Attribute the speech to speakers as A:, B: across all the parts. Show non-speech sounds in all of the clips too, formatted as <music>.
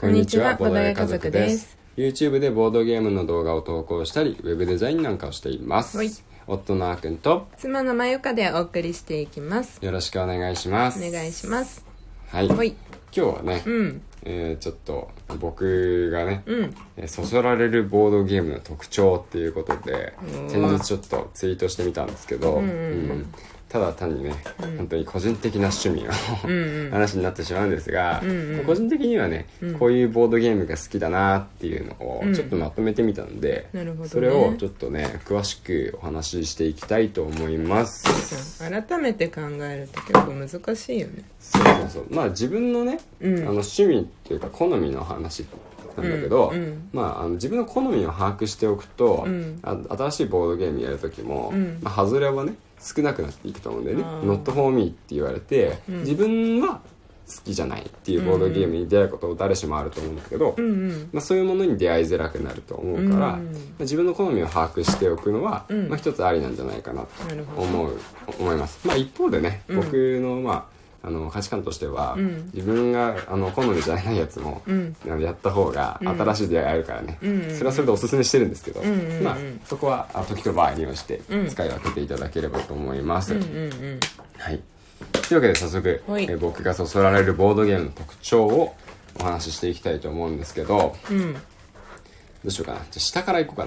A: こんにちはボードゲー家族です。
B: YouTube でボードゲームの動画を投稿したり、ウェブデザインなんかをしています。
A: はい
B: 夫のあーくんと
A: 妻のまゆかでお送りしていきます
B: よろしくお願いします。
A: お願いします
B: はい。
A: ほい
B: 今日はね、
A: うん
B: えーちょっと僕がね、
A: うん
B: えーそそられるボードゲームの特徴っていうことで
A: おー
B: 先日ちょっとツイートしてみたんですけど、うんただ単にね、本当に個人的な趣味の <laughs> 話になってしまうんですが、個人的にはね、こういうボードゲームが好きだなっていうのをちょっとまとめてみたので、
A: なるほどね
B: それをちょっとね詳しくお話ししていきたいと思います。
A: 改めて考えると結構難しいよね
B: そうそうそうまあ自分のね、あの趣味っていうか好みの話なんだけど、
A: うんうん
B: まあ、あの自分の好みを把握しておくと、あ新しいボードゲームやる時も、まあ、外れはね少なくなっていくと思うんだよね
A: あ
B: 「
A: ー
B: ノットフォーミーって言われて、自分は好きじゃないっていうボードゲームに出会うこと誰しもあると思うんだけど、
A: うんうん
B: まあ、そういうものに出会いづらくなると思うから、
A: うん
B: まあ自分の好みを把握しておくのは、まあ、一つありなんじゃないかな
A: なるほ
B: と
A: ど
B: 思う思います、まあ、一方でね、僕の,、まあ、あの価値観としては、自分があの好みじゃないやつも、あのやった方が新しい出会いあるからね、それはそれでおすすめしてるんですけど、まあ、そこはあ時と場合に応じて使い分けていただければと思います。はいというわけで早速、
A: はい
B: えー僕がそそられるボードゲームの特徴をお話ししていきたいと思うんですけど、どうしようかなじゃあ下からいこうか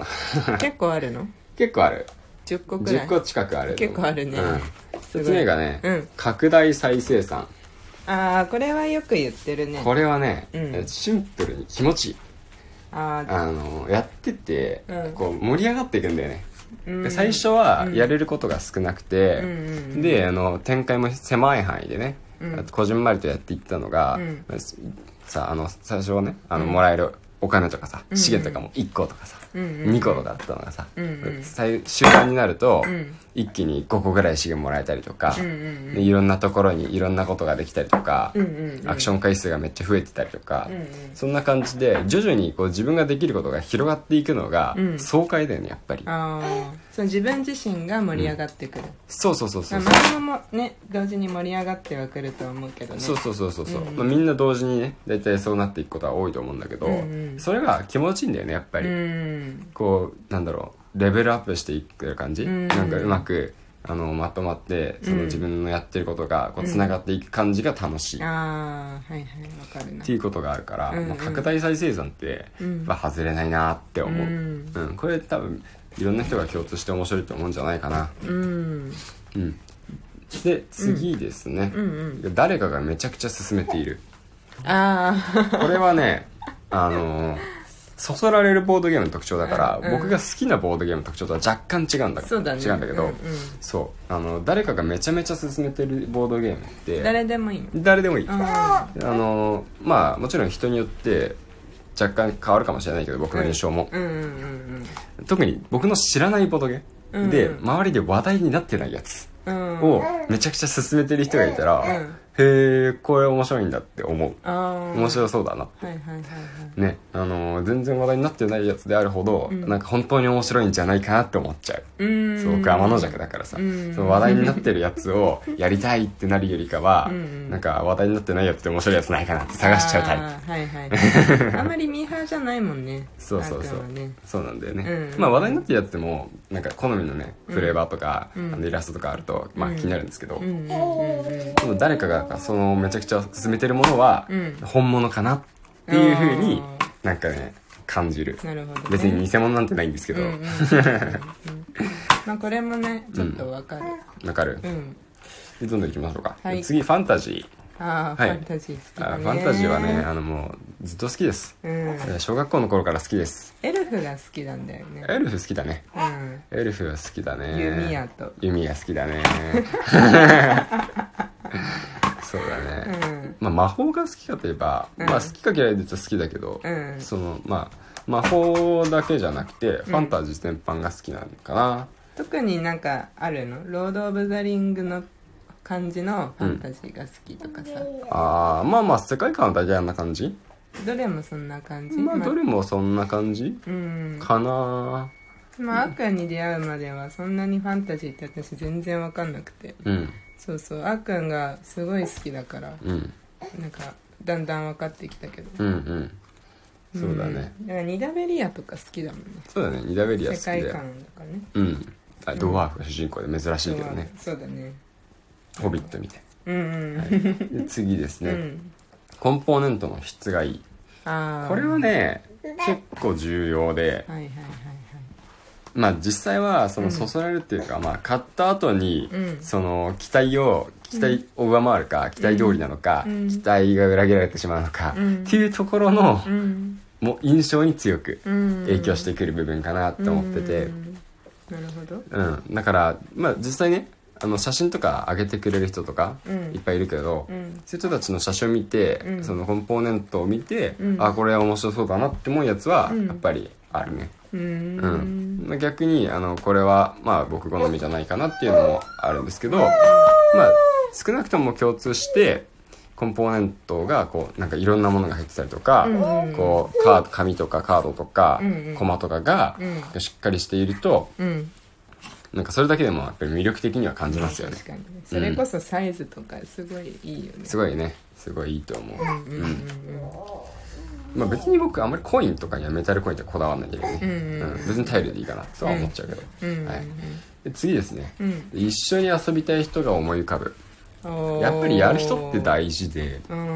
B: な
A: 結構あるの
B: 結構ある
A: 10個くら
B: 10
A: い
B: 個近くある
A: 結構あるね
B: うん
A: すごい
B: 説明がね、
A: うん
B: 拡大再生産
A: ああこれはよく言ってるね
B: これはね、
A: うん
B: えーシンプルに気持ちいい
A: あー
B: あのやってて、
A: うん
B: こう盛り上がっていくんだよね、
A: うん
B: で最初はやれることが少なくて、
A: うんうんうん
B: であの展開も狭い範囲でね、
A: うん
B: こじんまりとやっていったのが、
A: うん
B: さあの最初はねあの、もらえるお金とかさ資源とかも1個とかさ、
A: うんうん
B: 2個とかだったのがさ、
A: うんうん
B: 最終盤になると、
A: ん
B: 一気に5個ぐらい資源もらえたりとか、
A: うんうん
B: でいろんなところにいろんなことができたりとか、
A: うんうんうん
B: アクション回数がめっちゃ増えてたりとか、
A: うんうん
B: そんな感じで徐々にこう自分ができることが広がっていくのが
A: うん
B: 爽快だよねやっぱり、
A: あーその自分自身が盛り上がってくる、
B: そうそうそうそうそう
A: まあ周りもね同時に盛り上がってはくると思うけどね
B: そうそうそうそうそう、
A: うんうん
B: まあ、みんな同時にね大体そうなっていくことは多いと思うんだけど、
A: うんうん
B: それが気持ちいいんだよねやっぱり、
A: うん
B: こうなんだろうレベルアップしていく感じ、
A: うん
B: なんかうまくあのまとまってその自分のやってることがこうつながっていく感じが楽しい、っ
A: ああはいはいわかるな
B: ていうことがあるから、
A: うんうん
B: まあ、拡大再生産って、
A: うん
B: まあ外れないなって思う、
A: うん
B: うん、これ多分いろんな人が共通して面白いと思うんじゃないかな
A: うん
B: うんで次ですね、
A: うんうん
B: 誰かがめちゃくちゃ進めている
A: あ
B: これは
A: <laughs>
B: ねあのーそそられるボードゲームの特徴だから、
A: うん
B: 僕が好きなボードゲームの特徴とは若干違うんだ
A: あそうだね
B: 違うんだけど、
A: うんうん
B: そうあの誰かがめちゃめちゃ進めてるボードゲームって
A: 誰でもいいの
B: 誰でもいい、
A: あ
B: あのーまあもちろん人によって若干変わるかもしれないけど僕の印象も、
A: うんうんうん
B: 特に僕の知らないボトゲ、
A: うんうん
B: で周りで話題になってないやつ
A: うんうん
B: をめちゃくちゃ進めてる人がいたら、
A: うん
B: へえこれ面白いんだって思う
A: ああ
B: 面白そうだな
A: はいはいはいはい
B: ねあのー全然話題になってないやつであるほど、なんか本当に面白いんじゃないかなって思っちゃう
A: うーん
B: そう僕天の弱だからさ、
A: うん
B: その話題になってるやつをやりたいってなるよりかは、
A: うん
B: なんか話題になってないやつで面白いやつないかなって探しちゃうタイプ
A: あーはいはいあんまりミーハーじゃないもんね
B: そうそうそう
A: あーくんはね
B: そうなんだよね、
A: うんうん
B: まあ話題になってるやつでもなんか好みのねフレーバーとか、
A: ん
B: あのイラストとかあると、まあ、気になるんですけど、
A: うんうんうんうん
B: でも誰かがそのめちゃくちゃ進めてるものは
A: うん
B: 本物かなっていうふうに
A: あ
B: なんかね感じる
A: なるほどね
B: 別に偽物なんてないんですけど
A: う
B: わ
A: ん、うんうんうんまあこれもねちょっとわかる
B: かる
A: うん、
B: でどんどんいきましょうか、
A: はい
B: 次ファンタジ
A: ああ、
B: はい
A: ファンタジー好き
B: ーあ
A: だ
B: ー
A: ね
B: ファンタジーはねあのもうずっと好きです、
A: うん
B: えー小学校の頃から好きです
A: エルフが好きなんだよね
B: エルフ好きだね
A: うん
B: エルフは好きだね
A: 弓矢と
B: 弓矢好き
A: <laughs>
B: だねそうだね、
A: うん
B: まあ魔法が好きかといえば、
A: うん
B: まあ好きか嫌いで言うと好きだけど、
A: うん
B: そのまあ魔法だけじゃなくて、ファンタジー全般が好きなのかな
A: 特になんかあるのロード・オブ・ザ・リングの感じのファンタジーが好きとかさ、
B: あーまあまあ世界観は大体あんな感じ
A: どれもそんな感じ
B: まあどれもそんな感じ
A: うん
B: かな
A: まあアーくんに出会うまではそんなにファンタジーって私全然わかんなくて
B: うん
A: そうそうあーくんがすごい好きだから
B: うん
A: なんかだんだん分かってきたけど、
B: うんうんそうだね、
A: ん、だからニダベリアとか好きだもんね
B: そうだねニダベリア好
A: 世
B: きだ
A: 界
B: よ
A: 観とかね
B: うんあドワーフが主人公で珍しいけどね
A: そうだね
B: 「ホビット」みたい
A: うんうん、
B: なで次ですね、
A: うん
B: コンポーネントの質がいい
A: ああ
B: これはね結構重要で
A: はいはいはい
B: まあ実際はそのそそられるっていうか、まあ買った後に
A: うん
B: その期待を期待を上回るか期待通りなのか、
A: うん
B: 期待が裏切られてしまうのか、
A: うん
B: っていうところの
A: はいうん
B: もう印象に強く
A: うん
B: 影響してくる部分かなって思ってて、
A: うんなるほど
B: うんだからまあ実際ねあの写真とか上げてくれる人とか
A: うん
B: いっぱいいるけど、
A: うん
B: そういう人たちの写真を見て、
A: うん
B: そのコンポーネントを見て、
A: うん
B: あこれは面白そうだなって思うやつは
A: うん
B: やっぱりあるね、
A: う
B: うん
A: ん
B: まあ逆にあのこれはまあ僕好みじゃないかなっていうのもあるんですけど、まあ、少なくとも共通してコンポーネントがこうなんかいろんなものが入ってたりとか、
A: うん
B: こうカード紙とかカードとか、
A: うんうん
B: コマとかが
A: う
B: しっかりしていると
A: うん
B: なんかそれだけでもやっぱり魅力的には感じますよね
A: 確かにねそれこそサイズとかすごいいいよね
B: すごいねすごいいいと思う、
A: うんうん
B: まあ、別に僕あんまりコインとかにはメタルコインってこだわらないけどね、
A: うんうんうん
B: 別にタイルでいいかなとは思っちゃうけど、
A: うんうん
B: はい、で次ですね、
A: うん
B: 一緒に遊びたい人が思い浮かぶ
A: うん
B: やっぱりやる人って大事で
A: うん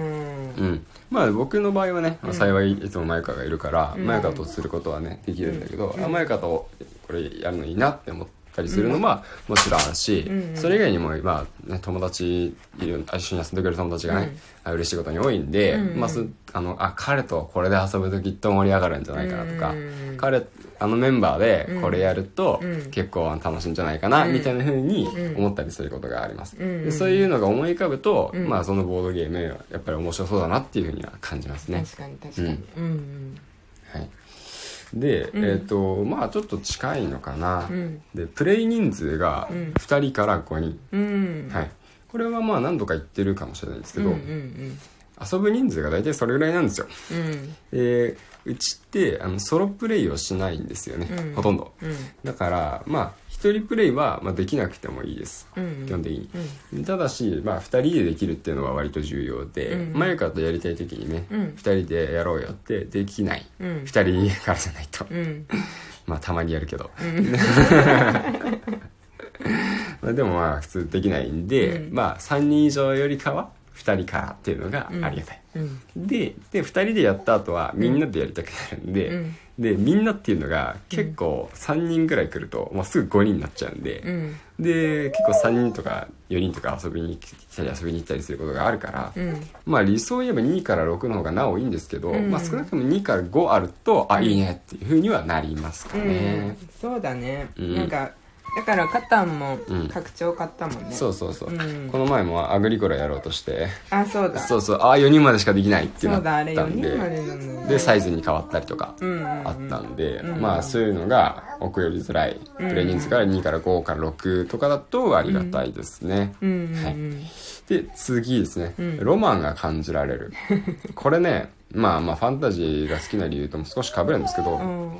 B: うんまあ僕の場合はね、まあ幸いいつもマユカがいるから、
A: うん
B: マユカとすることはねできるんだけど、あマユカとこれやるのいいなって思ったりするのはもちろんあるし、
A: うん
B: それ以外にも、まあね、友達いる一緒に遊んでくれる友達がね、あ嬉しいことに多いんで、
A: うん
B: まあ、すあのあ彼とこれで遊ぶときっと盛り上がるんじゃないかなとか、
A: うん
B: 彼あのメンバーでこれやると
A: うん
B: 結構楽しいんじゃないかな、
A: うん
B: みたいな風に
A: うん
B: 思ったりすることがあります、
A: うん
B: でそういうのが思い浮かぶと、
A: うん
B: まあそのボードゲームやっぱり面白そうだなっていうふうには感じますね
A: 確かに確かにうん
B: はいで、
A: ん
B: えっ、とまあちょっと近いのかな、
A: うん
B: でプレイ人数が
A: うん
B: 2人から5人、
A: うんうん
B: はいこれはまあ何度か言ってるかもしれないですけ
A: うん
B: ど、
A: うん
B: 遊ぶ人数が大体それぐらいなんですよ
A: うん
B: でうちってあのソロプレイをしないんですよね、
A: うん
B: ほとんど
A: うん
B: だからまあ一人プレイは、まあ、できなくてもいいです、
A: うん
B: 基本的に、ただし、まあ、2人でできるっていうのは割と重要で、
A: うん
B: マユカとやりたい時にね、
A: う
B: 二
A: ん
B: 2人でやろうよってできない、
A: うんうん
B: 二2人からじゃないと、
A: うん
B: まあたまにやるけど、 <laughs> まあでもまあ普通できないんで、
A: うん
B: まあ3人以上よりかは2人からっていうのがありがたい、
A: うん
B: でで2人でやった後はみんなでやりたくなるんで、
A: うん
B: でみんなっていうのが結構3人ぐらい来ると、まあ、すぐ5人になっちゃうんで、
A: うん
B: で結構3人とか4人とか遊びに来たり遊びに行ったりすることがあるから、
A: うん
B: まあ理想を言えば2から6の方がなおいいんですけど、
A: うん
B: まあ、少なくとも2から5あると、あいいねっていうふうにはなりますかね、
A: そうだね、
B: うん
A: なんかだからカタンも
B: うん
A: 拡張買ったもんね、
B: そうそうそう、
A: うん
B: この前もアグリコラやろうとして
A: あそうだ
B: そうそうああ4人までしかできないって
A: そ
B: な
A: う
B: っ
A: だあれ
B: た
A: 4
B: ん
A: 人ま
B: で
A: でなんだよね
B: でサイズに変わったりとか
A: うんうんうん
B: あったんで、
A: うん
B: まあそういうのが奥よりづらいプレイ人数から2から5から6とかだとありがたいですね、
A: うんうんうん
B: はいで次ですね、
A: ん
B: ロマンが感じられ
A: <laughs>
B: るこれねまあまあファンタジーが好きな理由とも少し被るんですけど、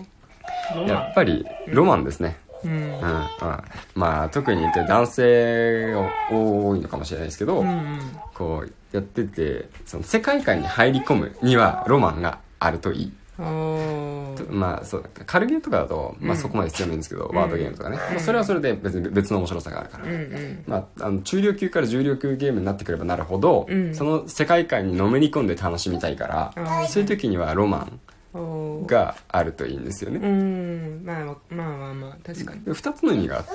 B: やっぱりロマンですね、
A: うんう
B: う
A: ん
B: んうんまあ特に言って男性が多いのかもしれないですけど、
A: うん
B: こうやっててその世界観に入り込むにはロマンがあるといい
A: うんおー
B: まあそう軽ゲーとかだと、まあ、そこまで必要ないんですけど、ワードゲームとかね、まあ、それはそれで別に別の面白さがあるから、
A: うん
B: まあ、あの中量級から重量級ゲームになってくればなるほど、
A: うん
B: その世界観にのめり込んで楽しみたいか
A: あ
B: らそういう時にはロマ
A: うんお
B: ン
A: ー
B: があるといいんですよ
A: う
B: ね。
A: んまあまあまあまあ確かに
B: で二つの意味があって、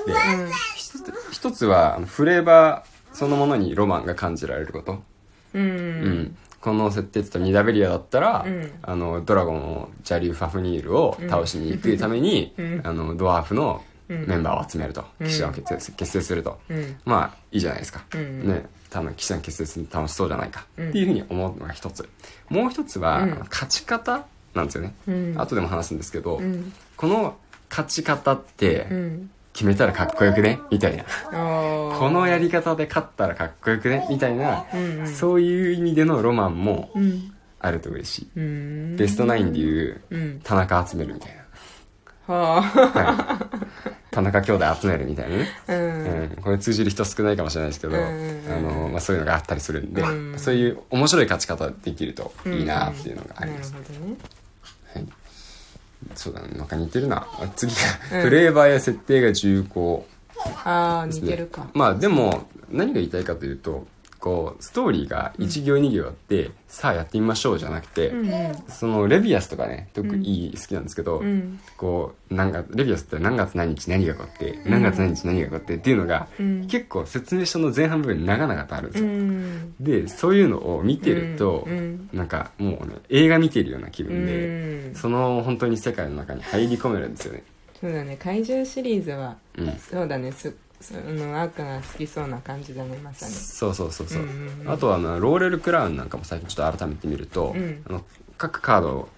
B: 一つ一つはあのフレーバーそのものにロマンが感じられること、
A: うん
B: うんこの設定って言ったらニダベリアだったら、
A: うん
B: あのドラゴンのジャリュー・ファフニールを倒しに行くために、あのドワーフのメンバーを集めると、騎士団を結成結成すると、
A: うん
B: まあいいじゃないですか、
A: うん
B: ね多分騎士団結成するの楽しそうじゃないか、っていうふうに思うのが一つもう一つは、
A: うん
B: あの勝ち方なんですよね、
A: うん
B: 後でも話すんですけど、
A: ん
B: この勝ち方って
A: うん
B: 決めたらかっこよくねみたいな
A: おー
B: このやり方で勝ったらかっこよくねみたいな、
A: んうん
B: そういう意味でのロマンも
A: うん
B: あると嬉しい、
A: うん
B: ベストナインでいう
A: うん
B: 田中集めるみたいな、
A: はあ
B: はい田中兄弟集めるみたいなね、
A: う
B: うん
A: ん、
B: これ通じる人少ないかもしれないですけど、
A: うんうんうん
B: あのまあ、そういうのがあったりするんで、
A: うん
B: そういう面白い勝ち方できるといいなっていうのがあります、
A: なるほどね
B: はい、そうだななんか似てるなあ次が、
A: うん
B: フレーバーや設定が重厚
A: ああ
B: です
A: 似
B: ね
A: てるか
B: まあでも何が言いたいかというとこうストーリーが1行2行あって、さあやってみましょうじゃなくて、
A: うんうん
B: そのレビアスとかね特にいい、好きなんですけど、
A: うん
B: こう何月レビアスって何月何日何が起こって何月何日何が起こってっていうのが、
A: うん
B: 結構説明書の前半部分に長々とあるんで
A: う
B: すよ、
A: ん
B: でそういうのを見てると、
A: うん
B: なんかもうね映画見てるような気
A: う
B: 分で、
A: ん
B: その本当に世界の中に入り込めるんですよね
A: そうだね怪獣シリーズは
B: うん
A: そうだねすその赤が好きそうな感じだねまさに
B: そうそうそうそう,、
A: うんうんうん
B: あとはあのローレル・クラウンなんかも最近ちょっと改めて見ると、
A: うん
B: あの各カード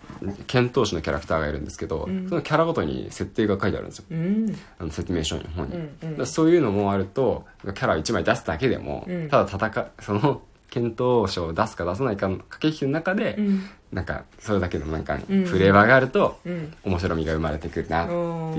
B: 剣闘士のキャラクターがいるんですけど、
A: うん
B: そのキャラごとに設定が書いてあるんですよ
A: うん
B: あの説明書の方に、
A: うんうん
B: だからそういうのもあるとキャラ1枚出すだけでも、
A: うん
B: ただ戦うその検討書を出すか出さないかの駆け引きの中で、
A: うん
B: なんかそれだけのなんか
A: うん
B: フレーバーがあると
A: うん
B: 面白みが生まれてくるなっていうの、
A: お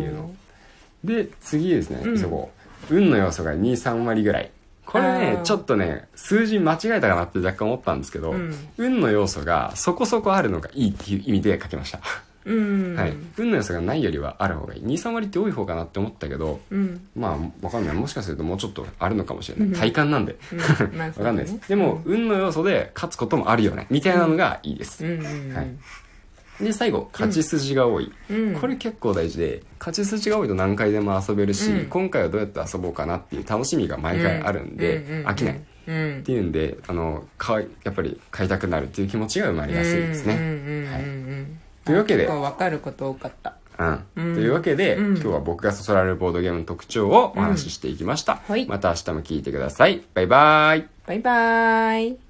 A: ー
B: で次ですね、
A: うん
B: そこ運の要素が23割ぐらいこれ
A: あ
B: ね
A: ー
B: ちょっとね数字間違えたかなって若干思ったんですけど、
A: うん
B: 運の要素がそこそこあるのがいいっていう意味で書きました、
A: うん
B: はい、運の要素がないよりはある方がいい23割って多い方かなって思ったけど
A: うん
B: まあわかんないもしかするともうちょっとあるのかもしれない、
A: うん
B: 体感なんで
A: うんまあ
B: わ
A: そ
B: か
A: うだ
B: ん
A: ね
B: ないです、でも、運の要素で勝つこともあるよねみたいなのがいいです、
A: うんうん
B: はいで最後勝ち筋が多い、
A: うん
B: これ結構大事で勝ち筋が多いと何回でも遊べるし、
A: うん
B: 今回はどうやって遊ぼうかなっていう楽しみが毎回あるんで、飽きないっ
A: うん
B: ていうんであのかやっぱり買いたくなるっていう気持ちが生まれやすいです
A: うん
B: ね、
A: うんうんうん
B: というわけで
A: 結構わかること多かった
B: うん
A: うん
B: というわけで、
A: うん
B: 今日は僕がそそられるボードゲームの特徴をお話ししていきました、
A: うんはい
B: また明日も聞いてくださいバイバイ
A: バイバーイ